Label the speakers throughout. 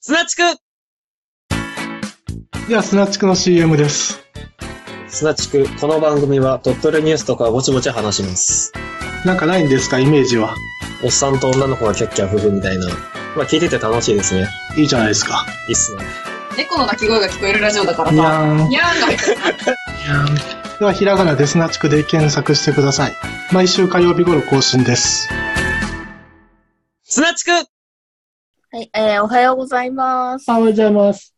Speaker 1: 砂地区
Speaker 2: では、スナチクの CM です。
Speaker 1: 砂地区、この番組は鳥取ニュースとかぼちぼち話します。
Speaker 2: なんかないんですか、イメージは。
Speaker 1: おっさんと女の子がキャッキャ夫婦みたいな。まあ聞いてて楽しいですね。
Speaker 2: いいじゃないですか。
Speaker 1: いいっすね。
Speaker 3: 猫の鳴き声が聞こえるラジオだから
Speaker 2: に
Speaker 3: さ。
Speaker 2: ゃーん。
Speaker 3: にゃーんが入ってる
Speaker 2: では、ひらがなでスナチクで検索してください。毎週火曜日頃更新です。
Speaker 1: 砂地区
Speaker 4: はい、えー、おはようございます。
Speaker 5: おはようございます。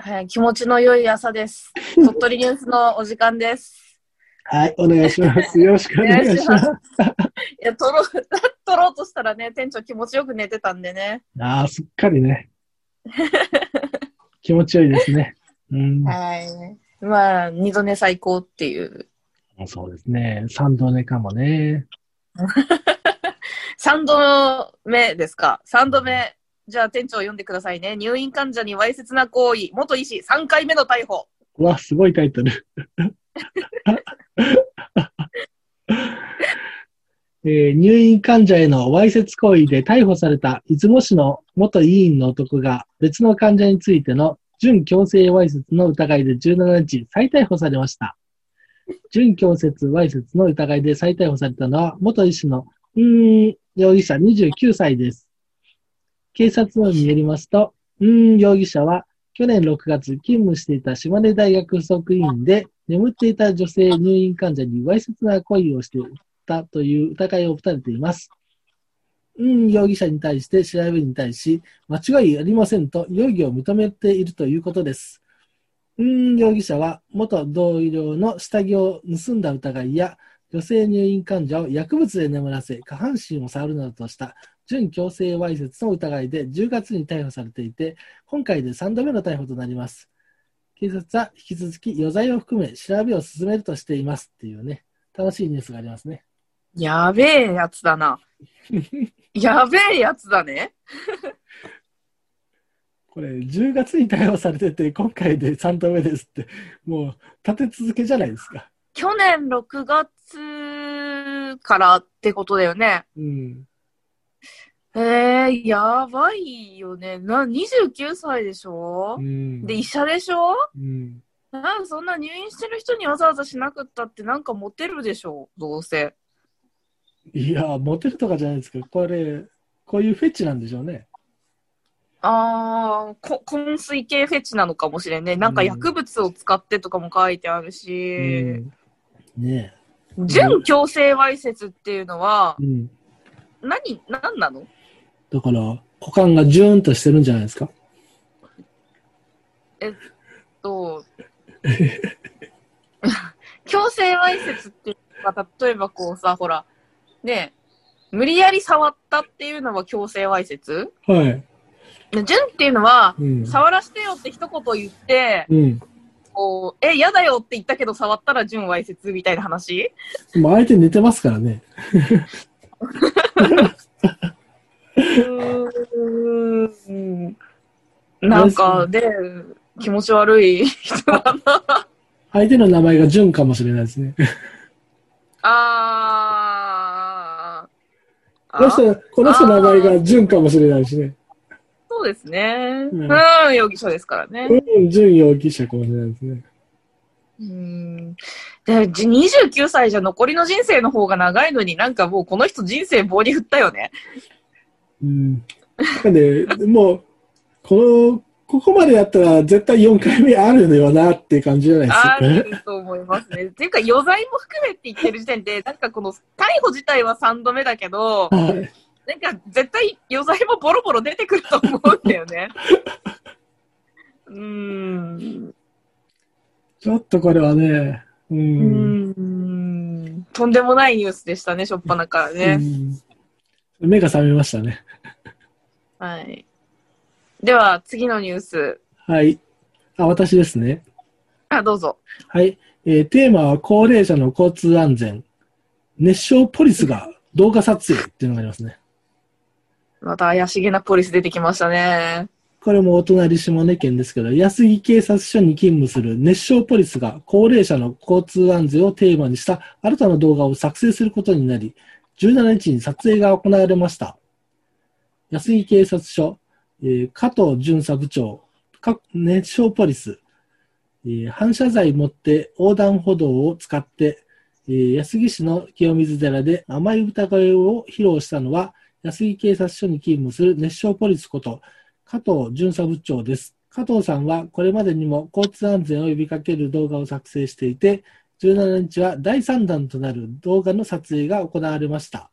Speaker 4: はい、気持ちの良い朝 です。鳥取ニュースのお時間です。
Speaker 5: はい、お願いします。よろしくお願いし
Speaker 4: お願
Speaker 5: ま
Speaker 4: いし
Speaker 5: す。
Speaker 4: いや、撮ろう、 撮ろうとしたらね、店長気持ちよく寝てたんでね。
Speaker 5: ああ、すっかり ね。気持ちよいですね。うん、
Speaker 4: はい。まあ、二度寝最高っていう。
Speaker 5: そうですね。三度寝かもね。
Speaker 4: 三度目ですか三度目。じゃあ店長読んでくださいね。入院患者にわいせつな行為、元医師、3回目の逮捕。
Speaker 5: うわ、すごいタイトル。 えー入院患者へのわいせつ行為で逮捕された出雲市の元医院の男が別の患者についての準強制わいせつの疑いで17日再逮捕されました。準強制わいせつの疑いで再逮捕されたのは元医師のうーん容疑者29歳です。警察などによりますと、うーん容疑者は去年6月、勤務していた島根大学附属院で、眠っていた女性入院患者にわいせつな行為をしていたという疑いを持たれています。うん、容疑者に対して調べに対し、間違いありませんと容疑を認めているということです。うん、容疑者は元同僚の下着を盗んだ疑いや、女性入院患者を薬物で眠らせ、下半身を触るなどとした準強制わいせつの疑いで10月に逮捕されていて、今回で3度目の逮捕となります。警察は引き続き余罪を含め調べを進めるとしていますっていうね、楽しいニュースがありますね。
Speaker 4: やべえやつだ な。やべえやつだね。
Speaker 5: これ、10月に逮捕されてて、今回で3度目ですって、もう立て続けじゃないですか。
Speaker 4: 去年6月からってことだよね。
Speaker 5: うん。
Speaker 4: えー、やばいよね。な、29歳でしょ
Speaker 5: うん。
Speaker 4: で、医者でしょ
Speaker 5: うん。
Speaker 4: なんそんな入院してる人にわざわざしなくったってなんかモテるでしょどうせ。
Speaker 5: いや、モテるとかじゃないですけど、これ、こういうフェチなんでしょうね。
Speaker 4: あー、こ、昏睡系フェチなのかもしれんね。なんか薬物を使ってとかも書いてあるし、
Speaker 5: うん、ね
Speaker 4: 準強制わいせつっていうのは
Speaker 5: え。、うん。
Speaker 4: 何、何なの
Speaker 5: だから、股間がジューンとしてるんじゃないですか。
Speaker 4: と、強制わいせつっていうのが、例えばこうさ、ほら、ねえ無理やり触ったっていうのは強制わいせつ
Speaker 5: はい。
Speaker 4: で純っていうのは、
Speaker 5: うん。
Speaker 4: 触らしてよって一言言って、
Speaker 5: うん。
Speaker 4: こう、え、嫌だよって言ったけど触ったら純わいせつみたいな話
Speaker 5: もう相手寝てますからね。
Speaker 4: うん。なんか、で、気持ち悪い人だな。
Speaker 5: 相手の名前が純かもしれないですね。
Speaker 4: あー。
Speaker 5: この人、この人の名前が純かもしれないしね。
Speaker 4: そうですね。
Speaker 5: う
Speaker 4: うんん、容疑者ですからね。
Speaker 5: うん、純容疑者かもしれないですね。
Speaker 4: うん。で、じ29歳じゃ残りの人生の方が長いのになんかもうこの人人生棒に振ったよね。
Speaker 5: うん。なんで、もう、この、ここまでやったら絶対4回目あるのよなっていう感じじゃないです
Speaker 4: あ
Speaker 5: か。
Speaker 4: ると思いますね。っていうか余罪も含めて言ってる時点で、なんかこの逮捕自体は3度目だけど、
Speaker 5: はい。
Speaker 4: なんか絶対余罪もボロボロ出てくると思うんだよね。うん。
Speaker 5: ちょっとこれはね、う。
Speaker 4: うんん。とんでもないニュースでしたね、しょっぱなからね。
Speaker 5: うん目が覚めましたね。
Speaker 4: はい。では、次のニュース。
Speaker 5: はい。あ、私ですね。
Speaker 4: あ、どうぞ。
Speaker 5: はい、えーテーマは高齢者の交通安全。熱唱ポリスが動画撮影っていうのがありますね。
Speaker 4: また怪しげなポリス出てきましたね。
Speaker 5: これもお隣島根県ですけど、安木警察署に勤務する熱唱ポリスが高齢者の交通安全をテーマにした新たな動画を作成することになり、17日に撮影が行われました。安木警察署えー加藤巡査部長、か熱傷ポリス、えー反射材持って横断歩道を使って、えー安木市の清水寺で甘い歌声を披露したのは、安木警察署に勤務する熱傷ポリスこと、加藤巡査部長です。加藤さんはこれまでにも交通安全を呼びかける動画を作成していて、17日は第3弾となる動画の撮影が行われました。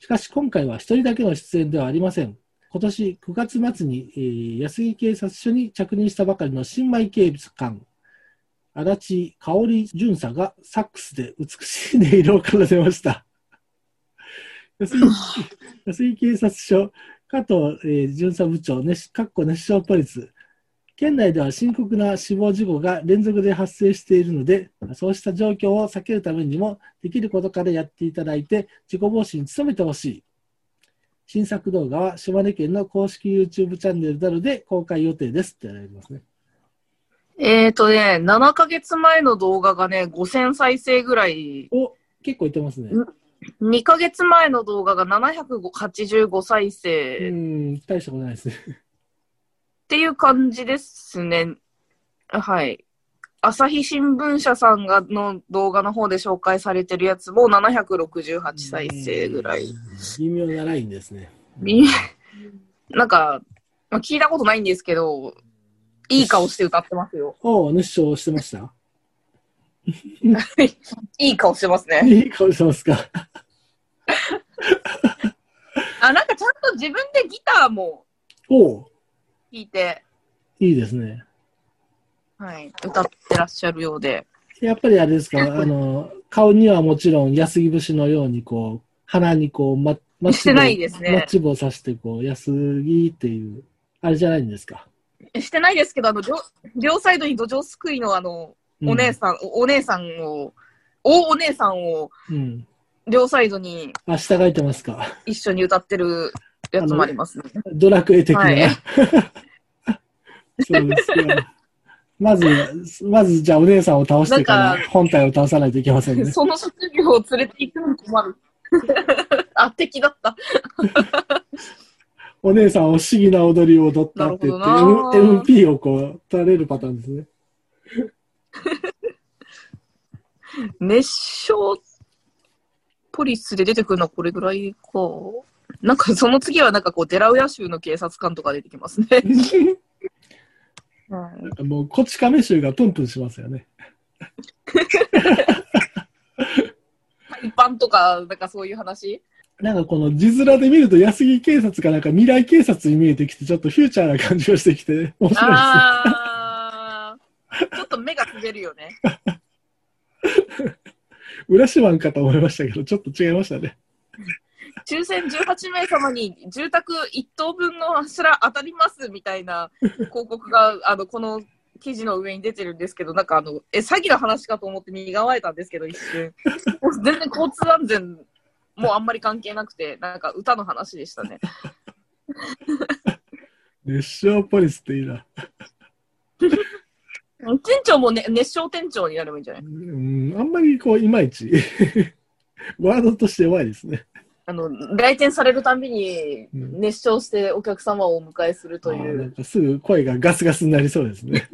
Speaker 5: しかし今回は一人だけの出演ではありません。今年9月末に、えー安木警察署に着任したばかりの新米警備官、足立香織巡査がサックスで美しい音色を奏でました。安木安井警察署、加藤、えー巡査部長、熱かっこ熱傷ポリス、県内では深刻な死亡事故が連続で発生しているので、そうした状況を避けるためにも、できることからやっていただいて、自己防止に努めてほしい。新作動画は島根県の公式 YouTube チャンネルなどで公開予定ですってやられますね。
Speaker 4: えーとね、7ヶ月前の動画がね、5000再生ぐらい、
Speaker 5: お結構いってますね。
Speaker 4: 2ヶ月前の動画が785再
Speaker 5: う
Speaker 4: 生っ
Speaker 5: ん、大したことないですね。
Speaker 4: ていう感じですね。はい。朝日新聞社さんがの動画の方で紹介されてるやつも768再生ぐらい。
Speaker 5: 微妙なラインですね。
Speaker 4: みなんか、まあ、聞いたことないんですけど、いい顔して歌ってますよ。
Speaker 5: おお、熱唱してました
Speaker 4: いい顔してますね。
Speaker 5: いい顔してますか。
Speaker 4: あ、なんかちゃんと自分でギターも
Speaker 5: おお、
Speaker 4: 弾いて、
Speaker 5: いいですね。
Speaker 4: はい、歌ってらっしゃるようで。
Speaker 5: やっぱりあれですか、あの、顔にはもちろん安木節のように、こう、鼻にこう、ま、マッ
Speaker 4: してないですね
Speaker 5: マッチ棒さして、こう、安木っていう、あれじゃないんですか。
Speaker 4: してないですけど、あの、両両サイドに土壌すくいのあの、
Speaker 5: うん
Speaker 4: お姉さん、おお姉さんを、おお姉さんを
Speaker 5: うん。
Speaker 4: 両サイドに
Speaker 5: あ、従えてますか。
Speaker 4: 一緒に歌ってるやつもありますね。
Speaker 5: ドラクエ的な。
Speaker 4: はい
Speaker 5: そうですか。まず、まず、じゃあお姉さんを倒してか
Speaker 4: なん
Speaker 5: ら、本体を倒さないといけませんね。
Speaker 4: その職業を連れて行くの困る。 あ、敵だった。
Speaker 5: お姉さんを不思議な踊りを踊ったって言って、
Speaker 4: なるほどな
Speaker 5: M- MP をこう、取られるパターンですね。
Speaker 4: 熱唱ポリスで出てくるのはこれぐらいか。なんかその次はなんかこう、デラウェア州の警察官とか出てきますね。はい
Speaker 5: もう、こち亀州がプンプンしますよね。
Speaker 4: 一般とか、なんかそういう話
Speaker 5: なんかこの字面で見ると安木警察かなんか未来警察に見えてきて、ちょっとフューチャーな感じがしてきて、面白いですね。
Speaker 4: あー、ちょっと目が滑るよね。
Speaker 5: 浦島かと思いましたけど、ちょっと違いまし たね。
Speaker 4: 抽選18名様に住宅1棟分の柱当たりますみたいな広告が、あの、この記事の上に出てるんですけど、なんかあの、え、詐欺の話かと思って苦えたんですけど、一瞬。もう全然交通安全もあんまり関係なくて、なんか歌の話でしたね。
Speaker 5: 熱唱ポリスっていいな。
Speaker 4: 店長もね、熱唱店長になればいいんじゃない
Speaker 5: うん、あんまりこう、いまいち、 ワードとして弱いですね。
Speaker 4: あの、来店されるたんびに
Speaker 5: うん
Speaker 4: 熱唱してお客様をお迎えすると
Speaker 5: あ
Speaker 4: い
Speaker 5: ーなん
Speaker 4: う。
Speaker 5: かすぐ声がガスガスになりそうです ね。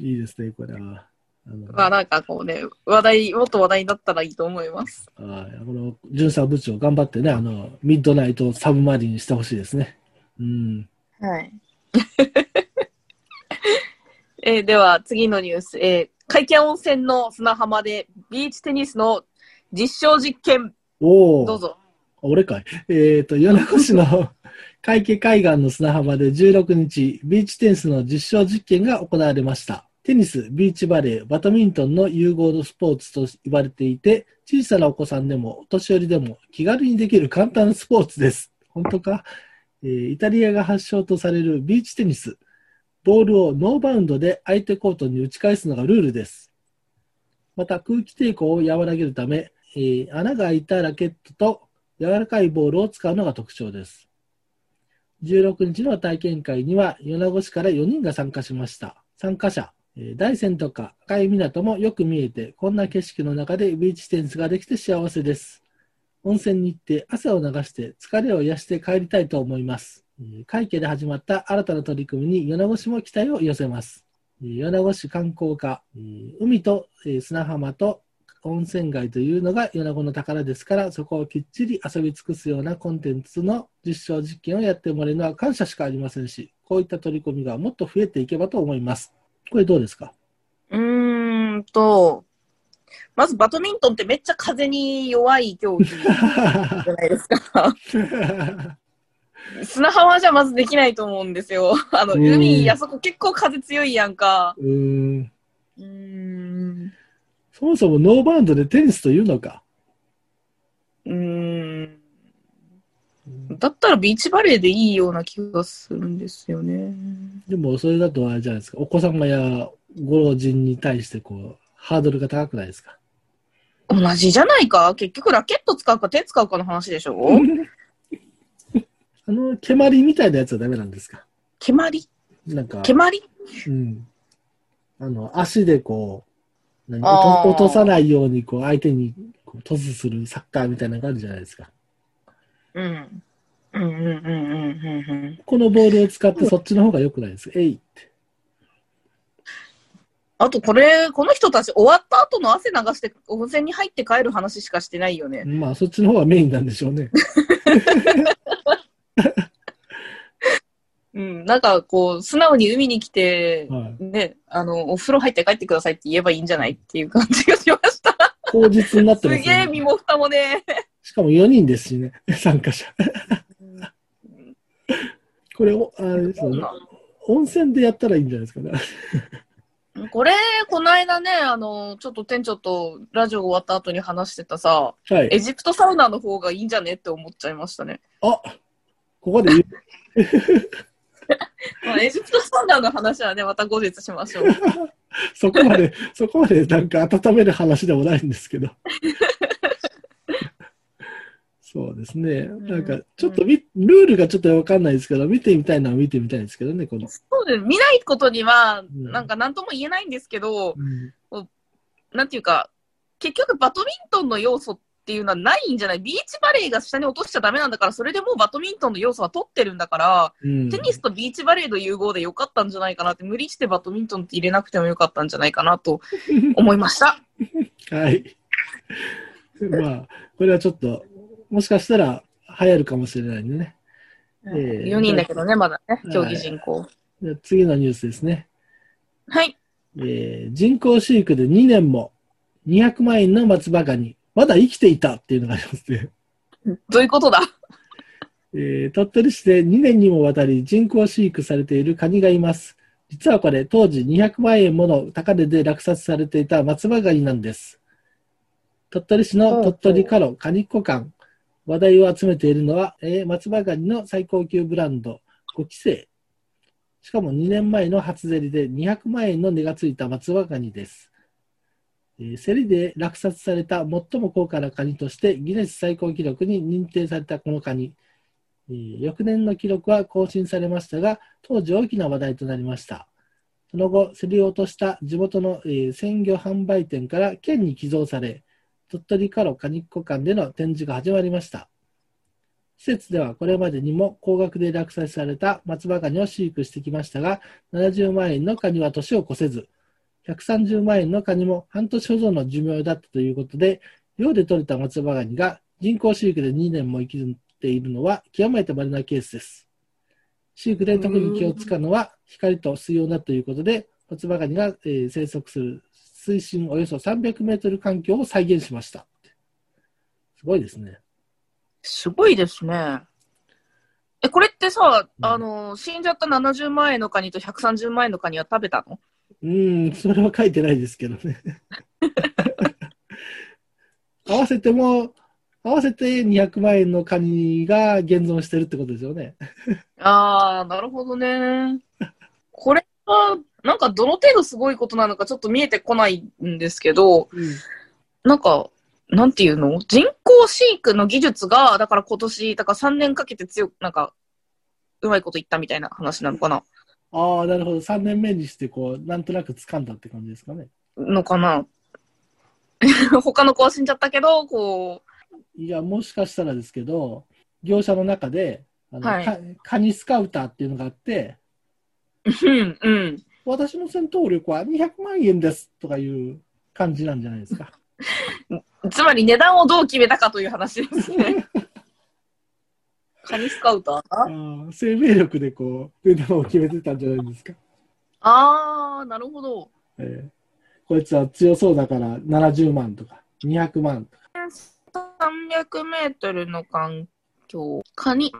Speaker 5: いいですね、これは。あの
Speaker 4: まあなんかこうね、話題、もっと話題になったらいいと思います。
Speaker 5: はい、この巡査部長、頑張ってね、あの、ミッドナイトをサブマリンにしてほしいですね。うん。
Speaker 4: はい。 えーでは次のニュース、えー、会見温泉の砂浜でビーチテニスの実証実験、
Speaker 5: おお。
Speaker 4: どうぞ。
Speaker 5: 俺かい。えっ、と、米子市の 海家海岸の砂浜で16日、ビーチテニスの実証実験が行われました。テニス、ビーチバレー、バドミントンの融合のスポーツと言われていて、小さなお子さんでも、お年寄りでも、気軽にできる簡単なスポーツです。本当か、えーイタリアが発祥とされるビーチテニス。ボールをノーバウンドで相手コートに打ち返すのがルールです。また、空気抵抗を和らげるため、えー穴が開いたラケットと柔らかいボールを使うのが特徴です。16日の体験会には、米子市から4人が参加しました。参加者、えー大山とか赤い港もよく見えて、こんな景色の中でビーチテニスができて幸せです。温泉に行って汗を流して疲れを癒して帰りたいと思います。えー会計で始まった新たな取り組みに米子市も期待を寄せます。えー米子市観光課、えー海とえー砂浜と温泉街というのが米子の宝ですから、そこをきっちり遊び尽くすようなコンテンツの実証実験をやってもらえるのは感謝しかありませんし、こういった取り組みがもっと増えていけばと思います。これどうですか
Speaker 4: うーんと、まずバドミントンってめっちゃ風に弱い競技じゃないです か。砂浜じゃまずできないと思うんですよ。あの、
Speaker 5: うん
Speaker 4: 海、あそこ結構風強いやんか。
Speaker 5: うーん。
Speaker 4: うーん。
Speaker 5: そもそもノーバウンドでテニスというのか。
Speaker 4: うーん。だったらビーチバレーでいいような気がするんですよね。
Speaker 5: でもそれだとあれじゃないですか。お子様やご老人に対してこう、ハードルが高くないですか。
Speaker 4: 同じじゃないか結局ラケット使うか手使うかの話 でしょ、
Speaker 5: あの、蹴鞠みたいなやつはダメなんですか
Speaker 4: 蹴鞠
Speaker 5: なんか、
Speaker 4: 蹴鞠
Speaker 5: うん。あの、足でこう、何
Speaker 4: あ
Speaker 5: 落
Speaker 4: ー
Speaker 5: と落とさないようにこう、相手にこうトスするサッカーみたいなのがあるじゃないですか。
Speaker 4: うん。うんうんうんうんうんうん。
Speaker 5: このボールを使ってそっちの方が良くないですか。えいって。
Speaker 4: あとこれ、この人たち終わった後の汗流して温泉に入って帰る話しかしてないよね。
Speaker 5: まあ、そっちの方がメインなんでしょうね。
Speaker 4: うん、なんかこう、素直に海に来て、
Speaker 5: はい。
Speaker 4: ね、あの、お風呂入って帰ってくださいって言えばいいんじゃないっていう感じがしました。
Speaker 5: 口実になっ
Speaker 4: す
Speaker 5: てます、
Speaker 4: げえ身も蓋もね。
Speaker 5: しかも4人ですしね、参加者。これお、あれですよね温泉でやったらいいんじゃないですかね。
Speaker 4: これ、この間ね、あの、ちょっと店長とラジオ終わった後に話してたさ、
Speaker 5: はい。
Speaker 4: エジプトサウナの方がいいんじゃねって思っちゃいましたね。
Speaker 5: あここで言う
Speaker 4: まあエジプトサウナの話はね、また後日しま しょう。
Speaker 5: そこま で、そこまでなんか温める話でもないんですけど。そうですね。なんか、ちょっとみ、ルールがちょっとわかんないですけど、見てみたいのは見てみたいですけどね、この。
Speaker 4: そうです。見ないことには、
Speaker 5: ん
Speaker 4: なんか何とも言えないんですけど、
Speaker 5: うん
Speaker 4: なんていうか、結局バドミントンの要素っていうのはないんじゃないビーチバレーが下に落としちゃダメなんだから、それでもうバドミントンの要素は取ってるんだから、
Speaker 5: うん
Speaker 4: テニスとビーチバレーの融合でよかったんじゃないかなって、無理してバドミントンって入れなくてもよかったんじゃないかな と思いました。
Speaker 5: はい。 まあ、これはちょっと、もしかしたら流行るかもしれないんでね。えー
Speaker 4: 4人だけどね、まだね
Speaker 5: は、い
Speaker 4: 競技人口。
Speaker 5: で次のニュースですね。
Speaker 4: はい。
Speaker 5: えー人工飼育で2年も200万円の松葉ガニ、まだ生きていたっていうのがありますね。
Speaker 4: どういうことだ
Speaker 5: えー鳥取市で2年にもわたり人工飼育されているカニがいます。実はこれ、当時200万円もの高値で落札されていた松葉ガニなんです。鳥取市の鳥取カロカニッコ館。話題を集めているのは、えー松葉ガニの最高級ブランド、5期生。しかも2年前の初競りで200万円の値がついた松葉ガニです。えー競りで落札された最も高価なカニとしてギネス最高記録に認定されたこのカニ。えー翌年の記録は更新されましたが、当時大きな話題となりました。その後、競り落とした地元の、えー鮮魚販売店から県に寄贈され、鳥取カロカニッコ館での展示が始まりました。施設ではこれまでにも高額で落札された松葉ガニを飼育してきましたが、70万円のカニは年を越せず、130万円のカニも半年ほどの寿命だったということで、漁で取れた松葉ガニが人工飼育で2年も生きているのは極めて稀なケースです。飼育で特に気を使うのは光と水温だということで、松葉ガニが、えー生息する水深およそ300メートル環境を再現しました。すごいですね。
Speaker 4: すごいですね。え、これってさ、
Speaker 5: うん
Speaker 4: あの、死んじゃった70万円のカニと130万円のカニは食べたの
Speaker 5: うーん、それは書いてないですけどね。 合わせても、合わせて200万円のカニが現存してるってことですよね。
Speaker 4: ああ、なるほどね。これは、なんかどの程度すごいことなのかちょっと見えてこないんですけど、なんか、なんていうの人工飼育の技術が、だから今年、だから3年かけて強く、なんか、うまいこと言ったみたいな話なのかな
Speaker 5: ああ、なるほど。3年目にして、こう、なんとなく掴んだって感じですかね。
Speaker 4: のかな他の子は死んじゃったけど、こう、
Speaker 5: いや、もしかしたらですけど、業者の中で、あの
Speaker 4: はい
Speaker 5: かカニスカウターっていうのがあって、
Speaker 4: うん、うん。
Speaker 5: 私の戦闘力は200万円ですとかいう感じなんじゃないですか。
Speaker 4: つまり値段をどう決めたかという話ですね。カニスカウター
Speaker 5: あー生命力でこう、値段を決めてたんじゃないですか。
Speaker 4: あー、なるほど。
Speaker 5: えーこいつは強そうだから70万とか、200万とか。
Speaker 4: 300メートルの環境。カニ。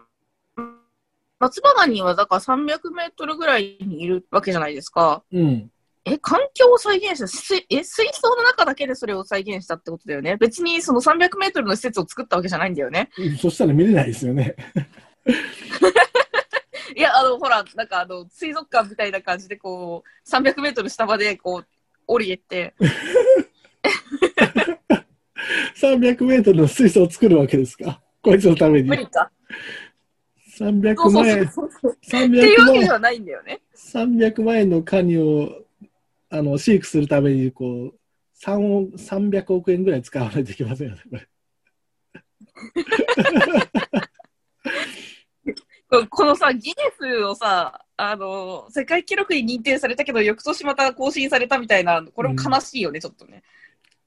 Speaker 4: 松葉ガニはだから300メートルぐらいにいるわけじゃないですか。
Speaker 5: うん。
Speaker 4: え、環境を再現した水え、水槽の中だけでそれを再現したってことだよね。別にその300メートルの施設を作ったわけじゃないんだよね。
Speaker 5: そしたら見れないですよね。
Speaker 4: いや、あの、ほら、なんかあの、水族館みたいな感じでこう、300メートル下までこう、降りてって。
Speaker 5: 300メートルの水槽を作るわけですか。こいつのために
Speaker 4: 無。理か。そ
Speaker 5: 300
Speaker 4: うそう
Speaker 5: 万
Speaker 4: そう
Speaker 5: 円、
Speaker 4: そうそう。っていう
Speaker 5: 300
Speaker 4: わ
Speaker 5: 万
Speaker 4: けで
Speaker 5: 円、
Speaker 4: はないんだよね。
Speaker 5: 300万円のカニを、あの、飼育するために、こう、3億、300億円ぐらい使わないといけませんよね、これ。
Speaker 4: ここのさ、ギネスをさ、あの、世界記録に認定されたけど、翌年また更新されたみたいな、これも悲しいよね、ちょっとね。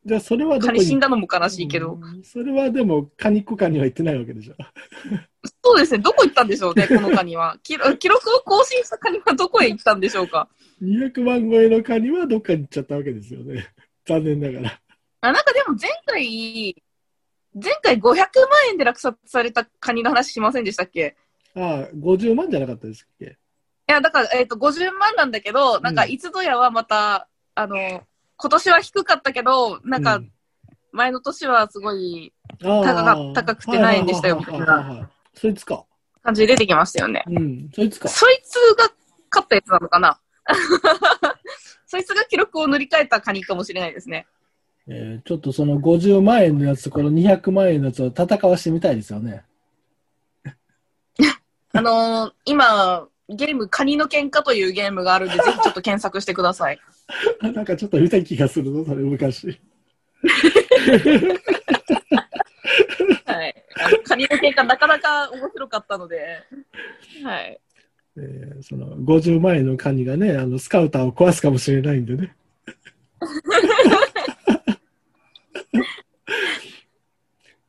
Speaker 5: じゃあ、それはどこ
Speaker 4: カ
Speaker 5: に
Speaker 4: ニ死んだのも悲しいけど。
Speaker 5: うんそれはでも、カニっ子カには行ってないわけでしょ。
Speaker 4: そうですね、どこ行ったんでしょうね、このカニは。 記録記録を更新したカニはどこへ行ったんでしょうか。
Speaker 5: 200万超えのカニはどっかに行っちゃったわけですよね。残念ながら。
Speaker 4: あなんかでも前回、前回500万円で落札されたカニの話しませんでしたっけ
Speaker 5: ああ、50万じゃなかったですっけ
Speaker 4: いや、だから、えっ、と、50万なんだけど、なんか、
Speaker 5: うん
Speaker 4: いつぞやはまた、あの、今年は低かったけど、なん
Speaker 5: う
Speaker 4: か、
Speaker 5: ん
Speaker 4: 前の年はすごい
Speaker 5: ああ
Speaker 4: 高か高くて何円でしたよ
Speaker 5: はいはいはいはいはいそいつか。
Speaker 4: 感じで出てきましたよね。
Speaker 5: うん、そいつか。
Speaker 4: そいつが勝ったやつなのかな そいつが記録を塗り替えたカニかもしれないですね。
Speaker 5: えーちょっとその50万円のやつとこの200万円のやつを戦わしてみたいですよね。
Speaker 4: あのー今、ゲーム、カニの喧嘩というゲームがあるん で、ぜひちょっと検索してください。
Speaker 5: なんかちょっと見た気がするぞ、それ昔。
Speaker 4: はい。あのカニの喧嘩、なかなか面白かったので、はい。
Speaker 5: えーその50万円のカニがね、あのスカウターを壊すかもしれないんでね。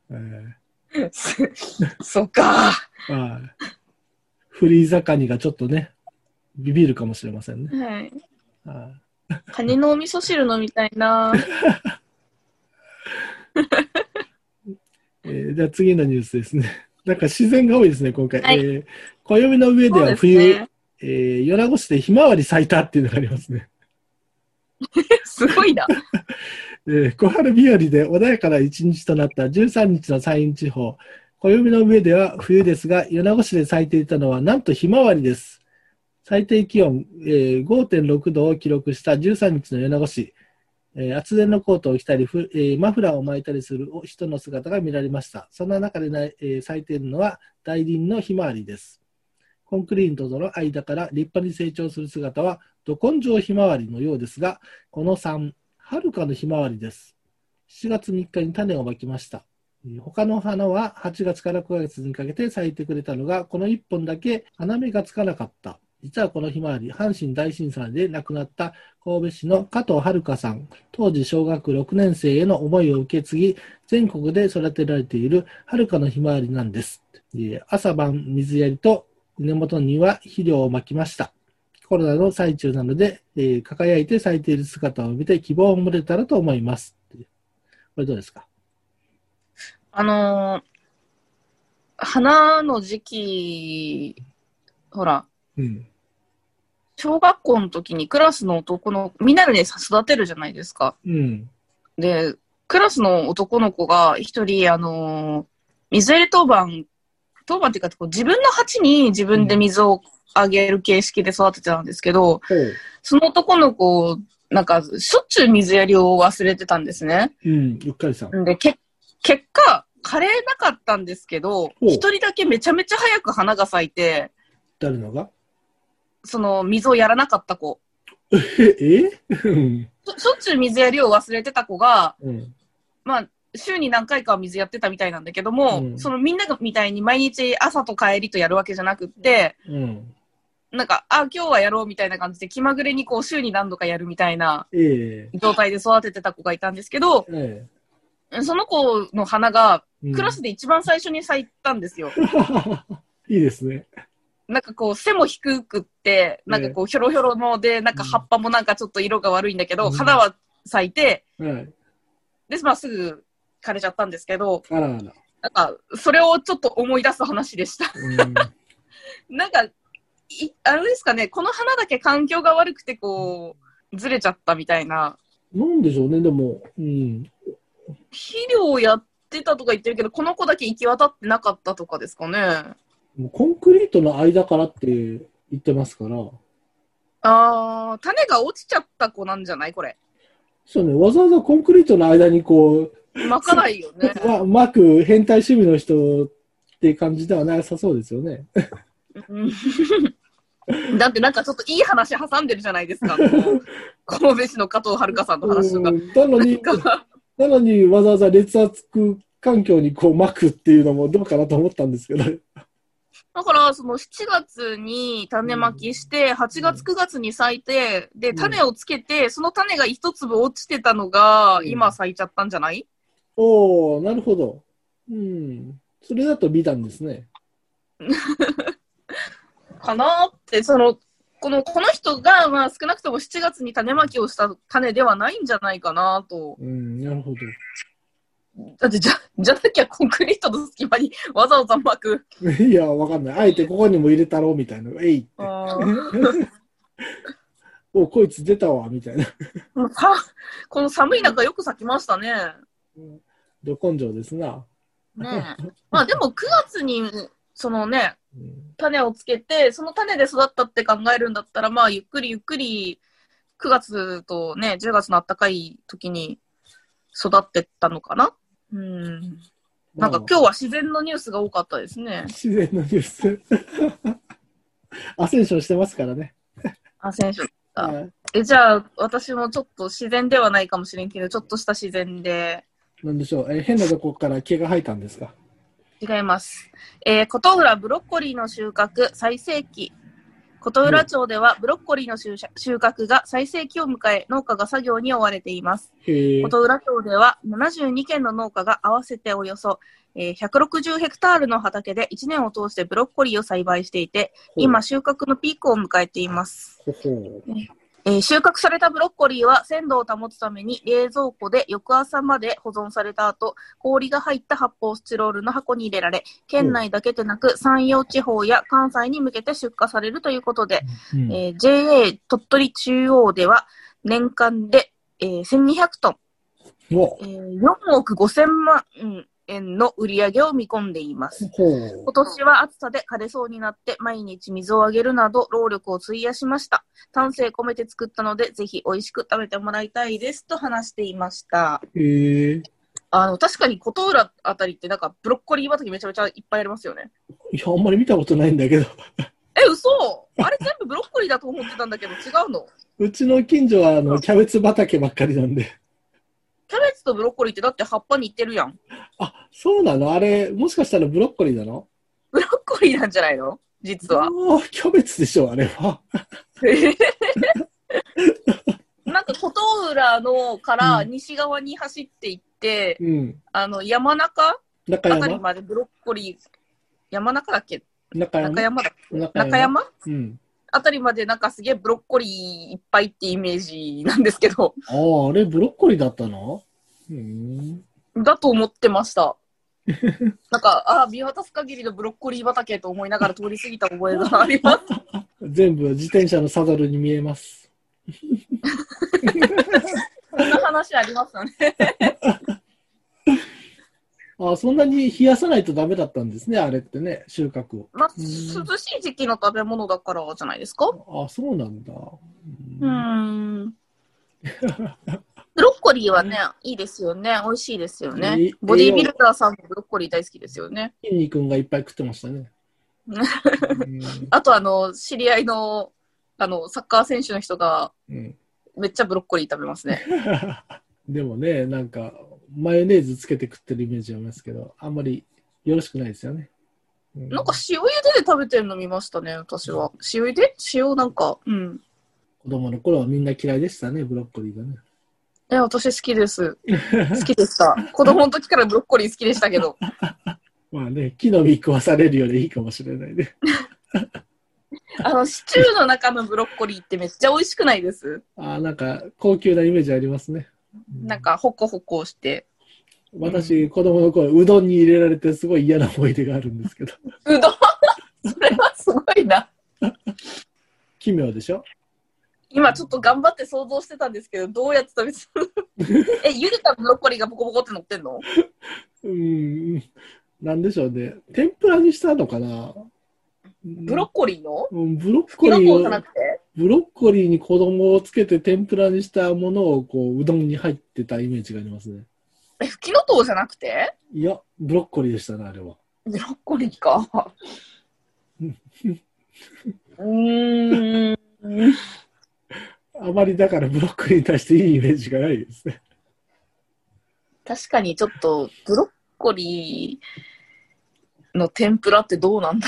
Speaker 5: えー
Speaker 4: そっか
Speaker 5: はい。フリーザカニがちょっとね、ビビるかもしれませんね。
Speaker 4: はい。
Speaker 5: は
Speaker 4: カニのお味噌汁飲みたいな。
Speaker 5: いえーじゃあ次のニュースですね。 なんか自然が多いですね、今回。
Speaker 4: はい
Speaker 5: えー暦の上で
Speaker 4: そう
Speaker 5: は
Speaker 4: です
Speaker 5: 冬、
Speaker 4: ね。
Speaker 5: えー米子市でひまわり咲いたっていうのがありますね。
Speaker 4: すごいな。
Speaker 5: えー小春日和で穏やかな一日となった13日の山陰地方。暦の上では冬ですが、米子市で咲いていたのはなんとひまわりです。最低気温、えー5.6度を記録した13日の米子市。えー厚手のコートを着たり、ふえーマフラーを巻いたりする人の姿が見られました。そんな中でな、えー咲いているのは大輪のひまわりです。コンクリートとの間から立派に成長する姿は、ど根性ひまわりのようですが、この3、春かのひまわりです。7月3日に種をまきました。えー他の花は8月から9月にかけて咲いてくれたのが、この1本だけ花芽がつかなかった。実はこのひまわり、阪神大震災で亡くなった神戸市の加藤遥さん、当時小学6年生への思いを受け継ぎ、全国で育てられている遥かのひまわりなんです。えー朝晩水やりと根元には肥料をまきました。コロナの最中なので、えー輝いて咲いている姿を見て希望を持てたらと思います。これどうですか
Speaker 4: あのー花の時期、ほら、
Speaker 5: うん。
Speaker 4: 小学校の時にクラスの男の、みんなでね、育てるじゃないですか。
Speaker 5: うん。
Speaker 4: で、クラスの男の子が一人、あのー水やり当番、当番っていうか、こう自分の鉢に自分で水をあげる形式で育ててたんですけど、
Speaker 5: ほう。
Speaker 4: その男の子、なんか、しょっちゅう水やりを忘れてたんですね。
Speaker 5: うん。ゆっかりさん。
Speaker 4: で、け結果、枯れなかったんですけど、
Speaker 5: ほう
Speaker 4: 一人だけめちゃめちゃ早く花が咲いて、
Speaker 5: 誰のが
Speaker 4: その水をやらなかった子、
Speaker 5: ええうん
Speaker 4: しょしょっちゅう水やりを忘れてた子が、
Speaker 5: うん。
Speaker 4: まあ、週に何回かは水やってたみたいなんだけども、
Speaker 5: うん
Speaker 4: そのみんながみたいに毎日朝と帰りとやるわけじゃなくって、
Speaker 5: うん。
Speaker 4: なんか、あ、今日はやろうみたいな感じで気まぐれにこう週に何度かやるみたいな
Speaker 5: ええ
Speaker 4: 状態で育ててた子がいたんですけど、
Speaker 5: え
Speaker 4: その子の花が
Speaker 5: えうん
Speaker 4: クラスで一番最初に咲いたんですよ。
Speaker 5: いいですね。
Speaker 4: なんかこう背も低くって、なんかこうひょろひょろので、なんか葉っぱもなんかちょっと色が悪いんだけど、
Speaker 5: うん
Speaker 4: 花は咲いて、
Speaker 5: はい。
Speaker 4: で、まあすぐ枯れちゃったんですけど、
Speaker 5: あらあら。
Speaker 4: なんかそれをちょっと思い出す話でした。
Speaker 5: うん、
Speaker 4: なんか、いあれですかね、この花だけ環境が悪くてこう、ずれちゃったみたいな。
Speaker 5: なんでしょうね、でも。うん。
Speaker 4: 肥料をやってたとか言ってるけど、この子だけ行き渡ってなかったとかですかね。
Speaker 5: コンクリートの間からって言ってますから。
Speaker 4: あー、種が落ちちゃった子なんじゃないこれ。
Speaker 5: そうね、わざわざコンクリートの間にこう、
Speaker 4: 巻かないよね。
Speaker 5: ま、まく変態趣味の人って感じではなさそうですよね。
Speaker 4: うん だってなんかちょっといい話挟んでるじゃないですか。こう神戸市の加藤遥さんの話と
Speaker 5: う
Speaker 4: か。
Speaker 5: んなのに、なのにわざわざ劣圧環境にこう巻くっていうのもどうかなと思ったんですけど。
Speaker 4: だから、その7月に種まきして、8月9月に咲いて、で、種をつけて、その種が一粒落ちてたのが、
Speaker 5: うん
Speaker 4: 今咲いちゃったんじゃない
Speaker 5: おおなるほど。うん。それだと美談ですね。
Speaker 4: かなって、その、この、この人が、まあ少なくとも7月に種まきをした種ではないんじゃないかなと。
Speaker 5: うん、なるほど。
Speaker 4: だって、じゃ、じゃなきゃコンクリートの隙間に わざわざ巻く。
Speaker 5: いや、わかんない。あえてここにも入れたろうみたいな。えいって。
Speaker 4: あー
Speaker 5: お、こいつ出たわ、みたいな。
Speaker 4: もうさこの寒い中よく咲きましたね。
Speaker 5: ど根性ですな。
Speaker 4: ねえまあでも9月にそのね、
Speaker 5: うん
Speaker 4: 種をつけて、その種で育ったって考えるんだったら、まあゆっくりゆっくり9月とね、10月の暖かい時に育ってったのかな。うん。なんか今日は自然のニュースが多かったですね。
Speaker 5: 自然のニュース。 アセンションしてますからね。
Speaker 4: あ、選手。あ
Speaker 5: はい
Speaker 4: え、じゃあ私もちょっと自然ではないかもしれんけど、ちょっとした自然で
Speaker 5: なんでしょう。え変なとこから毛が生えたんですか。
Speaker 4: 違います。えー、琴浦ブロッコリーの収穫最盛期。琴浦町ではブロッコリーの収収穫が最盛期を迎え、農家が作業に追われています。
Speaker 5: へえ。
Speaker 4: 琴浦町では72軒の農家が合わせておよそ、えー160ヘクタールの畑で1年を通してブロッコリーを栽培していて、今収穫のピークを迎えています。
Speaker 5: ほほう。
Speaker 4: えー収穫されたブロッコリーは鮮度を保つために冷蔵庫で翌朝まで保存された後、氷が入った発泡スチロールの箱に入れられ、県内だけでなく山陽地方や関西に向けて出荷されるということで、
Speaker 5: うん
Speaker 4: えー JA 鳥取中央では年間で、えー1200トン、
Speaker 5: うわほ
Speaker 4: えー4億5000万円の売り上げを見込んでいます。
Speaker 5: ほ
Speaker 4: 今年は暑さで枯れそうになって、毎日水をあげるなど、労力を費やしました。丹精込めて作ったので、ぜひ美味しく食べてもらいたいですと話していました。
Speaker 5: う。へえ。
Speaker 4: あの、確かに琴浦あたりってなんかブロッコリー畑めちゃめちゃいっぱいありますよね。
Speaker 5: いや、あんまり見たことないんだけど。
Speaker 4: え、嘘あれ全部ブロッコリーだと思ってたんだけど、違うの
Speaker 5: うちの近所は、あの、キャベツ畑ばっかりなんで。
Speaker 4: キャベツとブロッコリーってだって葉っぱ似てるやん。
Speaker 5: あ、そうなのあれ、もしかしたらブロッコリーなの
Speaker 4: ブロッコリーなんじゃないの実は。
Speaker 5: あーキャベツでしょ、あれは。
Speaker 4: なんか琴浦のから
Speaker 5: う
Speaker 4: 西側に走っていって、
Speaker 5: うん。
Speaker 4: あの、山中
Speaker 5: 中
Speaker 4: あたり
Speaker 5: 山
Speaker 4: までブロッコリー、山中だっけ
Speaker 5: 中
Speaker 4: 中
Speaker 5: 山
Speaker 4: 山だっけ
Speaker 5: 中
Speaker 4: 中山
Speaker 5: うん。
Speaker 4: あたりまでなんかすげえブロッコリーいっぱいってイメージなんですけど、
Speaker 5: ああ、あれ、ブロッコリーだったのうん。
Speaker 4: だと思ってま した。なんか、ああ、見渡す限りのブロッコリー畑と思いながら通り過ぎた覚えがあります。
Speaker 5: 全部自転車のサドルに見えます。
Speaker 4: そんな話ありましたね。
Speaker 5: ああ、そんなに冷やさないとダメだったんですね、あれってね、収穫を。
Speaker 4: まあ、
Speaker 5: うん
Speaker 4: 涼しい時期の食べ物だからじゃないですか
Speaker 5: ああ、そうなんだ。
Speaker 4: うーん。ブロッコリーはね、いいですよね。美味しいですよ
Speaker 5: い
Speaker 4: ね
Speaker 5: い。
Speaker 4: ボディービルダーさんもブロッコリー大好きですよね。
Speaker 5: 筋肉がいっぱい食ってましたね。うん
Speaker 4: あと、あの、知り合いの、あの、サッカー選手の人が、
Speaker 5: うん
Speaker 4: めっちゃブロッコリー食べますね。
Speaker 5: でもね、なんか、マヨネーズつけて食ってるイメージありますけど、あんまりよろしくないですよね。うん
Speaker 4: なんか塩茹でで食べてるの見ましたね、私は。塩茹で塩なんか、うん。
Speaker 5: 子供の頃はみんな嫌いでしたね、ブロッコリーがね。
Speaker 4: え、私好きです。好きでした。子供の時からブロッコリー好きでしたけど。
Speaker 5: まあね、木の実食わされるよりいいかもしれないね。
Speaker 4: あの、シチューの中のブロッコリーってめっちゃ美味しくないです
Speaker 5: ああ、なんか高級なイメージありますね。
Speaker 4: なんか、ホコホコして。
Speaker 5: 私、子供の頃、うどんに入れられてすごい嫌な思い出があるんですけど、
Speaker 4: うどんそれはすごいな。
Speaker 5: 奇妙でしょ
Speaker 4: 今ちょっと頑張って想像してたんですけど、どうやって食べてたのえ、茹でたブロッコリーがボコボコって乗ってんの
Speaker 5: うーん、なんでしょうね。天ぷらにしたのかな
Speaker 4: ブ
Speaker 5: ブ
Speaker 4: ロッコリーの
Speaker 5: うんブロッコ
Speaker 4: キ
Speaker 5: リ
Speaker 4: ノコじゃ
Speaker 5: ー
Speaker 4: な
Speaker 5: を
Speaker 4: くて
Speaker 5: ブロッコリーに子供をつけて天ぷらにしたものをこううどんに入ってたイメージがありますね。
Speaker 4: え、フキノトウじゃなくて
Speaker 5: いや、ブロッコリーでしたね、あれは。
Speaker 4: ブロッコリーか。うーん。
Speaker 5: あまりだからブロッコリーに対していいイメージがないですね。
Speaker 4: 確かにちょっと、ブロッコリーの天ぷらってどうなんだ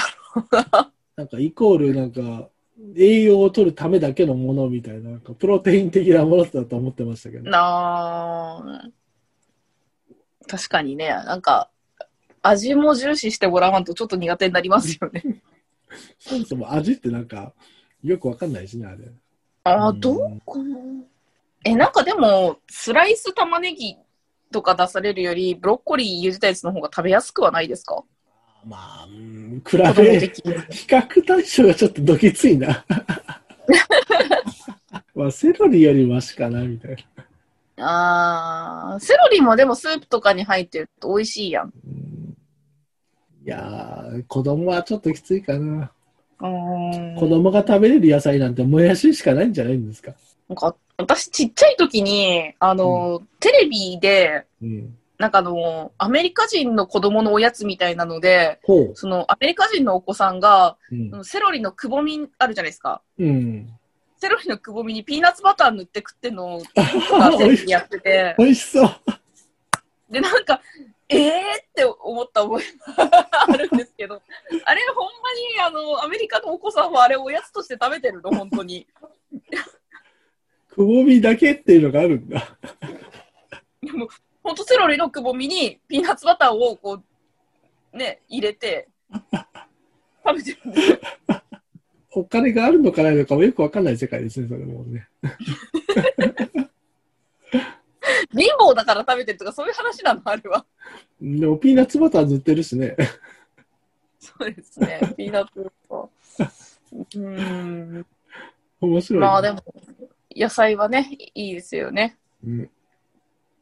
Speaker 5: なんかイコールなんか栄養を取るためだけのものみたいな、なんかプロテイン的なものだと思ってましたけど。
Speaker 4: なあ確かにね、なんか、味も重視してもらわんとちょっと苦手になりますよね。
Speaker 5: そもそも味ってなんかよくわかんないしね、あれ。
Speaker 4: ああ、
Speaker 5: うん
Speaker 4: どうかな。え、なんかでも、スライス玉ねぎとか出されるより、ブロッコリー茹でたやつの方が食べやすくはないですか
Speaker 5: まあ、うん
Speaker 4: 子
Speaker 5: 比
Speaker 4: 供
Speaker 5: べ、
Speaker 4: 的に。
Speaker 5: 比較対象がちょっとどぎつい な。まあ、セロリよりマシかな、みたいな。
Speaker 4: ああ、セロリもでもスープとかに入ってると美味しいやん。
Speaker 5: うんいやー、子供はちょっときついかな。
Speaker 4: うん
Speaker 5: 子供が食べれる野菜なんてもやししかないんじゃないんですか。
Speaker 4: なんか、私ちっちゃい時に、あの、テレビで、
Speaker 5: うん。
Speaker 4: なんかあの、アメリカ人の子供のおやつみたいなので、
Speaker 5: ほう。
Speaker 4: そのアメリカ人のお子さんが、
Speaker 5: うん
Speaker 4: そ。のセロリのくぼみあるじゃないですか。
Speaker 5: うん。
Speaker 4: セロリのくぼみにピーナッツバター塗って食ってんのを、がテレビでやってて、
Speaker 5: 美味しそう。
Speaker 4: で、なんか、えーって思った覚えがあるんですけど、あれ、ほんまに、あの、アメリカのお子さんはあれおやつとして食べてるの、本当に。
Speaker 5: くぼみだけっていうのがあるんだ。
Speaker 4: ほんとセロリのくぼみにピーナッツバターをこう、ね、入れて、食べてるんですよ。
Speaker 5: お金があるのかないのかもよくわかんない世界ですね、それもね。
Speaker 4: 貧乏だから食べてるとか、そういう話なの、あれは。
Speaker 5: でも、ピーナッツバター塗ってるしね。
Speaker 4: そうですね、ピーナッツバター。うーん。
Speaker 5: 面白いな。
Speaker 4: まあでも、野菜はね、いいですよね。
Speaker 5: うん。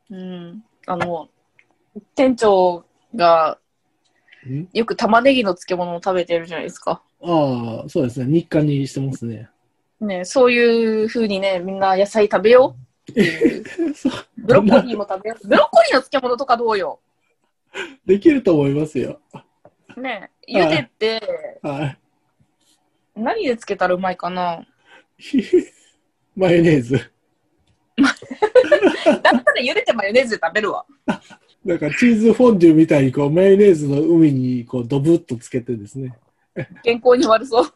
Speaker 4: うん、あの店長が
Speaker 5: うん
Speaker 4: よく玉ねぎの漬物を食べてるじゃないですか。
Speaker 5: ああ、そうですね。日課にしてますね。
Speaker 4: ね、そういう風にね、みんな野菜食べようっていう。
Speaker 5: そう
Speaker 4: ブロッコリーも食べよう。ブロッコリーの漬物とかどうよ。
Speaker 5: できると思いますよ。
Speaker 4: ね、茹でて、
Speaker 5: は
Speaker 4: 何で漬けたらうまいかな。
Speaker 5: い。 マヨネーズ。
Speaker 4: だったら茹でてマヨネーズで食べるわ。
Speaker 5: なんかチーズフォンデュみたいにこうマヨネーズの海にこうドブッとつけてですね、
Speaker 4: 健康に悪そう。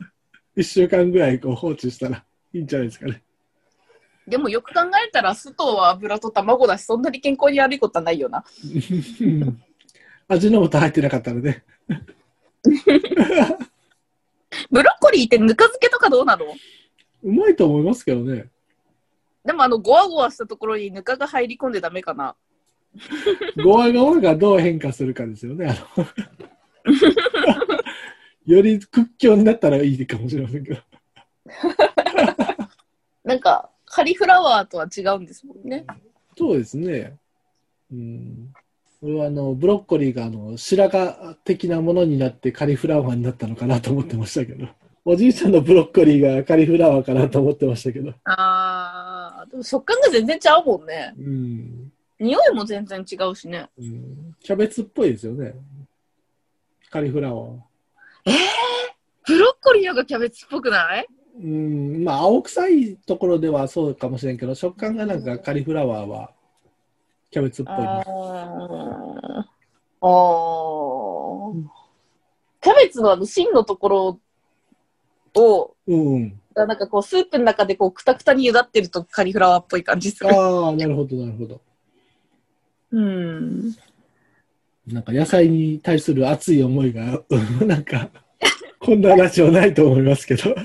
Speaker 5: 一週間ぐらいこう放置したら いいんじゃないですかね。
Speaker 4: でもよく考えたら、酢と油と卵だし、そんなに健康に悪いことはないよな。
Speaker 5: うん味の素入ってなかったらね。
Speaker 4: ブロッコリーってぬか漬けとかどうなの
Speaker 5: うまいと思いますけどね。
Speaker 4: でもあの、ゴワゴワしたところにぬかが入り込んでダメかな。
Speaker 5: ゴワゴワがどう変化するかですよね。あの より屈強になったらいいかもしれませんけど。
Speaker 4: なんか、カリフラワーとは違うんですもんね。
Speaker 5: そうですね。うん。これはあの、ブロッコリーがあの、白髪的なものになってカリフラワーになったのかなと思ってましたけど。おじいちゃんのブロッコリーがカリフラワーかなと思ってましたけど。
Speaker 4: あー、でも食感が全然違うもんね。
Speaker 5: うん。
Speaker 4: 匂いも全然違うしね。
Speaker 5: うんキャベツっぽいですよね。カリフラワーは。
Speaker 4: ブロッコリーの方がキャベツっぽくない
Speaker 5: うん、まあ、青臭いところではそうかもしれんけど、食感がなんかカリフラワーはキャベツっぽい
Speaker 4: あ
Speaker 5: な。
Speaker 4: ーあー。キャベツのあの芯のところを、
Speaker 5: うんうん。
Speaker 4: がなんかこうスープの中でこうくたくたに茹だってるとカリフラワーっぽい感じする。
Speaker 5: ああ、なるほど、なるほど。
Speaker 4: うん。
Speaker 5: なんか野菜に対する熱い思いが、 うんなんか、こんなラジオないと思いますけど。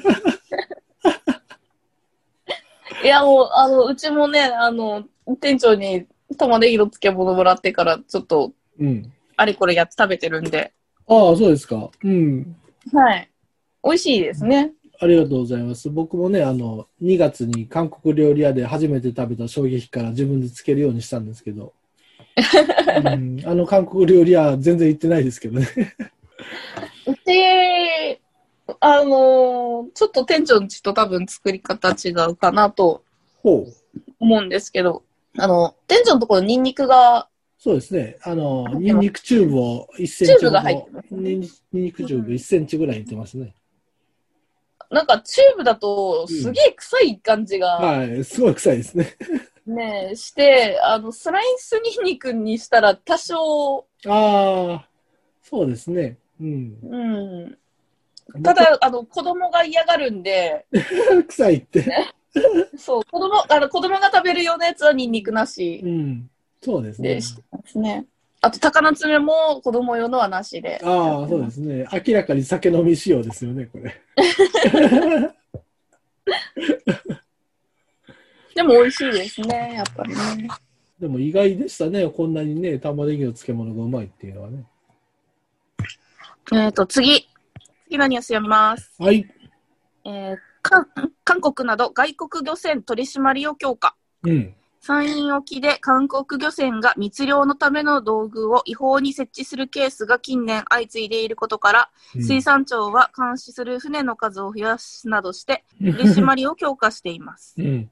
Speaker 4: いやもう、あの、うちもね、あの、店長に玉ねぎの漬物もらってからちょっと
Speaker 5: うん。
Speaker 4: あれこれやって食べてるんで。
Speaker 5: ああ、そうですか。うん。
Speaker 4: はい。美味しいですね。
Speaker 5: ありがとうございます。僕もね、あの、2月に韓国料理屋で初めて食べた衝撃から自分でつけるようにしたんですけど、うん、あの韓国料理屋全然行ってないですけどね。
Speaker 4: うち、あのちょっと店長のちと多分作り方違うかなと
Speaker 5: ほう。
Speaker 4: 思うんですけど、あの、店長のところニンニクが、
Speaker 5: そうですね。あ
Speaker 4: 入っ
Speaker 5: の、
Speaker 4: てます
Speaker 5: ニンニクチューブを1センチ
Speaker 4: チューブが入ってますね
Speaker 5: ニンニニンニクチューブ1センチぐらい入ってますね。
Speaker 4: なんかチューブだとすげえ臭い感じが
Speaker 5: はい。すごい臭いですね。
Speaker 4: ね、して、あの、スライスニンニクにしたら多少、
Speaker 5: ああ、そうですね。うん。
Speaker 4: うん。ただ、あの、子供が嫌がるんで、
Speaker 5: 臭いって。
Speaker 4: そう、子供、あの、子供が食べるようなやつはニンニクなし
Speaker 5: うん。そうですね
Speaker 4: で。してますね。あと、高菜爪も子供用のはなしで。
Speaker 5: ああ、そうですね。明らかに酒飲み仕様ですよね、これ。
Speaker 4: でも美味しいですね、やっぱりね。
Speaker 5: でも意外でしたね。こんなにね、玉ねぎの漬物がうまいっていうのはね。
Speaker 4: えっ、と、次。次のニュース読みます。
Speaker 5: はい。
Speaker 4: えー、韓韓国など外国漁船取り締まりを強化。
Speaker 5: うん。
Speaker 4: 山陰沖で韓国漁船が密漁のための道具を違法に設置するケースが近年相次いでいることから、
Speaker 5: うん
Speaker 4: 水産庁は監視する船の数を増やすなどして、取り締まりを強化しています。
Speaker 5: うん。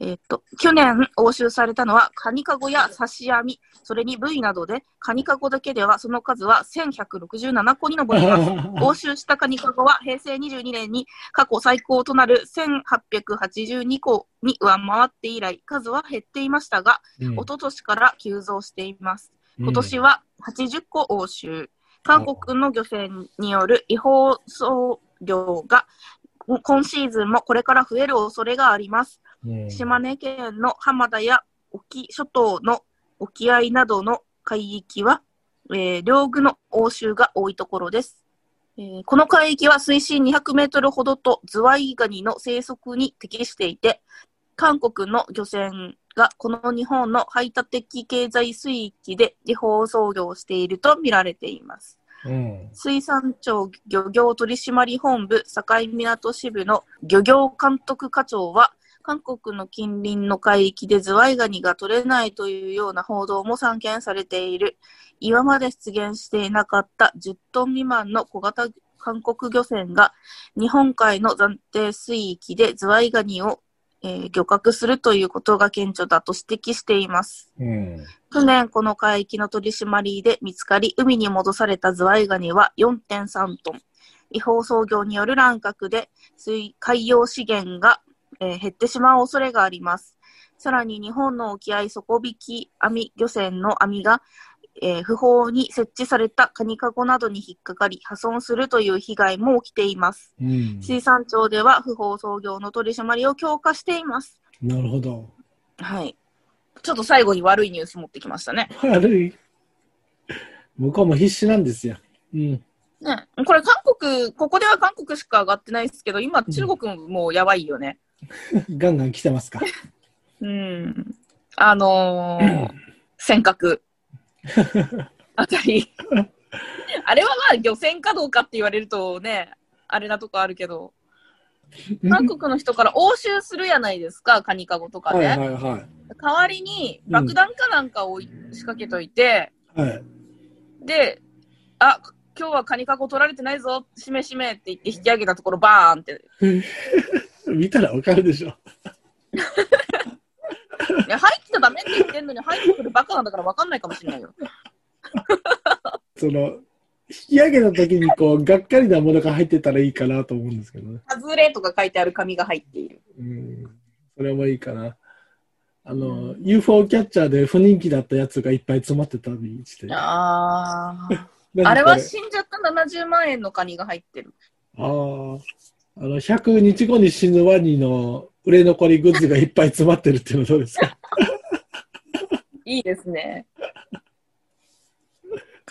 Speaker 4: えっと去年押収されたのはカニカゴや刺し網、それにブイなどで、カニカゴだけではその数は1167個に上り ます。押収したカニカゴは平成22年に過去最高となる1882個に上回って以来、数は減っていましたが、
Speaker 5: うん
Speaker 4: 一昨年から急増しています。今年は80個押収。韓国の漁船による違法操業が今シーズンもこれから増える恐れがあります。
Speaker 5: うん
Speaker 4: 島根県の浜田や沖諸島の沖合などの海域は、えー両具の応酬が多いところです、えーこの海域は水深200メートルほどとズワイガニの生息に適していて、韓国の漁船がこの日本の排他的経済水域で違法操業していると見られています。
Speaker 5: うん。
Speaker 4: 水産庁漁業取締本部境港支部の漁業監督課長は、韓国の近隣の海域でズワイガニが取れないというような報道も散見されている。今まで出現していなかった10トン未満の小型韓国漁船が日本海の暫定水域でズワイガニを、えー漁獲するということが顕著だと指摘しています。
Speaker 5: うん。
Speaker 4: 去年この海域の取り締まりで見つかり、海に戻されたズワイガニは4.3トン。違法操業による乱獲で水海洋資源が、えー減ってしまう恐れがあります。さらに日本の沖合底引き網漁船の網が、えー不法に設置されたカニカゴなどに引っかかり破損するという被害も起きています。
Speaker 5: うん。
Speaker 4: 水産庁では不法操業の取り締まりを強化しています。
Speaker 5: なるほど。
Speaker 4: はい。ちょっと最後に悪いニュース持ってきましたね。
Speaker 5: 悪い。向こうも必死なんですよ。うん。
Speaker 4: ね、これ韓国、ここでは韓国しか上がってないですけど、今中国もやばいよね。
Speaker 5: ガンガン来てますか。
Speaker 4: うん。あのー、尖 閣あたり。あれはまあ漁船かどうかって言われるとね、あれなとこあるけど、韓国の人から押収するやないですか、カニカゴとか
Speaker 5: は
Speaker 4: ね。
Speaker 5: いはいは
Speaker 4: 代わりに爆弾かなんかを仕掛けといて、
Speaker 5: い。はい。
Speaker 4: で、あ、今日はカニカゴ取られてないぞ、しめしめって言って引き上げたところバーンって
Speaker 5: 見たらわかるでしょ。
Speaker 4: いや入っちゃダメって言ってんのに入ってくるバカなんだから分かんないかもしれないよ。
Speaker 5: その、引き上げた時にこう、がっかりなものが入ってたらいいかなと思うんですけどね。
Speaker 4: 外れとか書いてある紙が入っている。
Speaker 5: うん。それもいいかな。あの、UFO キャッチャーで不人気だったやつがいっぱい詰まってたりして。
Speaker 4: ああ。
Speaker 5: 何こ
Speaker 4: あれは死んじゃった70万円のカニが入ってる。
Speaker 5: あーあの、100日後に死ぬワニの売れ残りグッズがいっぱい詰まってるっていうのはどうで すか
Speaker 4: いいですね。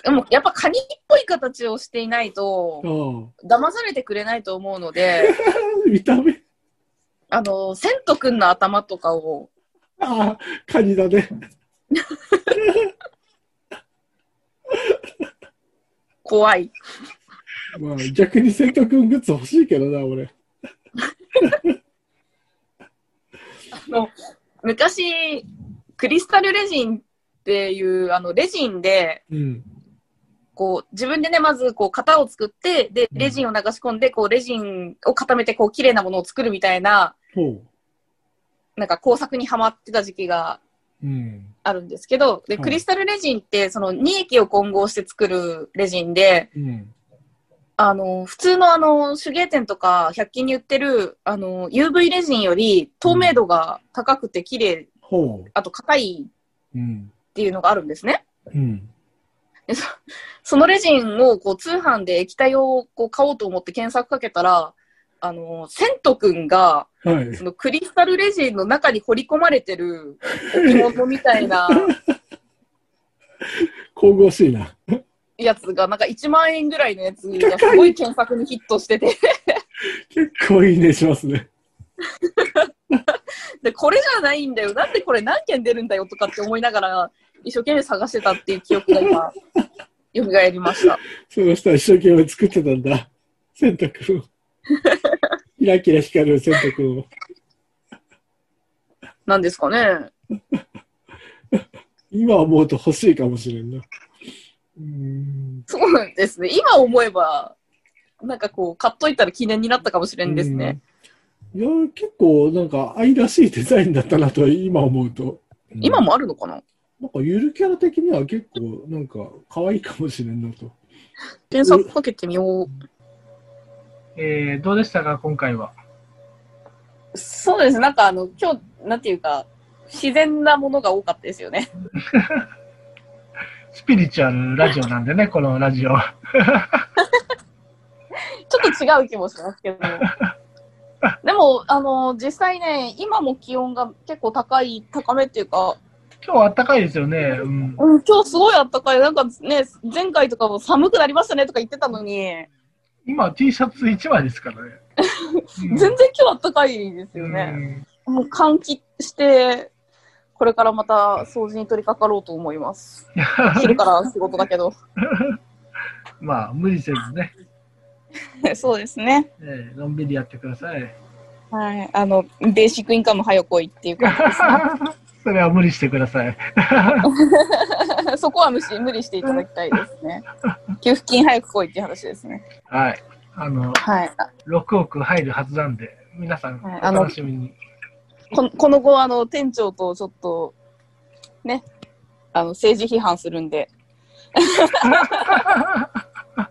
Speaker 4: でもやっぱカニっぽい形をしていないと
Speaker 5: う、ん
Speaker 4: 騙されてくれないと思うので、
Speaker 5: 見た目、
Speaker 4: あの、セントくんの頭とかを、
Speaker 5: ああ、カニだね。
Speaker 4: 怖い。
Speaker 5: まあ、逆にセント君グッズ欲しいけどな、俺。
Speaker 4: あの、昔、クリスタルレジンっていう、あの、レジンで、
Speaker 5: うん。
Speaker 4: こう、自分でね、まず、こう、型を作って、で、
Speaker 5: うん
Speaker 4: レジンを流し込んで、こう、レジンを固めて、こう、綺麗なものを作るみたいな、
Speaker 5: ほ
Speaker 4: なんか工作にはまってた時期が
Speaker 5: う。うん。
Speaker 4: あるんですけど、で、
Speaker 5: はい
Speaker 4: クリスタルレジンって、その、2液を混合して作るレジンで、
Speaker 5: うん。
Speaker 4: あの、普通のあの、手芸店とか、100均に売ってる、あの、UV レジンより、透明度が高くて綺麗、
Speaker 5: ほ
Speaker 4: あと硬いっ
Speaker 5: う。うん。
Speaker 4: ていうのがあるんですね。
Speaker 5: うん。
Speaker 4: でそそのレジンをこう通販で液体をこう買おうと思って検索かけたら、あの、セントくんが、
Speaker 5: はい。
Speaker 4: そのクリスタルレジンの中に彫り込まれてる置物みたい な
Speaker 5: 神々しいな。
Speaker 4: やつが、なんか1万円ぐらいのやつがすごい検索にヒットしてて、
Speaker 5: 結構いいねしますね。
Speaker 4: で、これじゃないんだよ。なんでこれ何件出るんだよとかって思いながら、一生懸命探してたっていう記憶が 今、蘇りました。
Speaker 5: その人は一生懸命作ってたんだ。洗 濯を。キラキラ光る洗濯を。
Speaker 4: なんですかね。
Speaker 5: 今思うと欲しいかもしれんな。うーん。
Speaker 4: そうなんですね。今思えば、なんかこう、買っといたら記念になったかもしれんですね。
Speaker 5: うん。いやー、結構なんか愛らしいデザインだったなと今思うと。
Speaker 4: 今もあるのかな
Speaker 5: なんかゆるキャラ的には結構なんか可愛いかもしれんなと。
Speaker 4: 検索かけてみよう。
Speaker 2: えー、どうでしたか、今回は。
Speaker 4: そうです。なんかあの、今日、なんていうか、自然なものが多かったですよね。
Speaker 2: スピリチュアルラジオなんでね、このラジオ。
Speaker 4: ちょっと違う気もしますけど。でも、あの、実際ね、今も気温が結構高い、高めっていうか、
Speaker 2: 今日は暖かいですよね。うん。
Speaker 4: うん、今日すごい暖かい。なんかね、前回とかも寒くなりましたねとか言ってたのに、
Speaker 2: 今 T シャツ1枚ですからね。
Speaker 4: 全然今日暖かいですよね。
Speaker 2: ね。
Speaker 4: もう換気して、これからまた掃除に取り掛かろうと思います。昼から仕事だけど。
Speaker 2: まあ、無理せずね、
Speaker 4: そうですね。
Speaker 2: えーのんびりやってください。
Speaker 4: はい。あの、ベーシックインカム早来いっていうか、
Speaker 2: それは無理してください。
Speaker 4: そこは無視、無理していただきたいで すね。給付金早く来いっていう話ですね。
Speaker 2: はい。あの、
Speaker 4: はい。あ
Speaker 2: 6億入るはずなんで、皆さん、
Speaker 4: はい
Speaker 2: お
Speaker 4: あの
Speaker 2: 楽しみに。
Speaker 4: このこの後、あの、店長とちょっと、ね、あの、政治批判する んで。は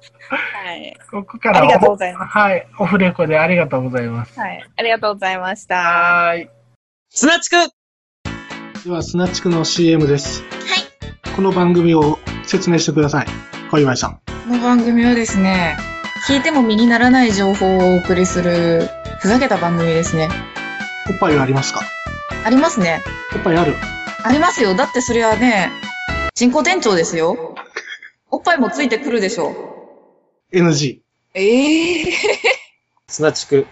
Speaker 4: い。
Speaker 2: ここから。
Speaker 4: ありがとうございます
Speaker 2: はい。オフレコでありがとうございます。
Speaker 4: はい。ありがとうございました。
Speaker 2: はーい。
Speaker 1: すなちく
Speaker 6: では、スナチクの CM です。この番組を説明してください。小岩井さん。
Speaker 3: この番組はですね、聞いても身にならない情報をお送りする、ふざけた番組ですね。
Speaker 6: おっぱいはありますか
Speaker 3: ありますね。
Speaker 6: おっぱいある。
Speaker 3: ありますよ。だってそれはね、人工店長ですよ。おっぱいもついてくるでしょ
Speaker 6: NG。
Speaker 3: ええ
Speaker 1: すなちく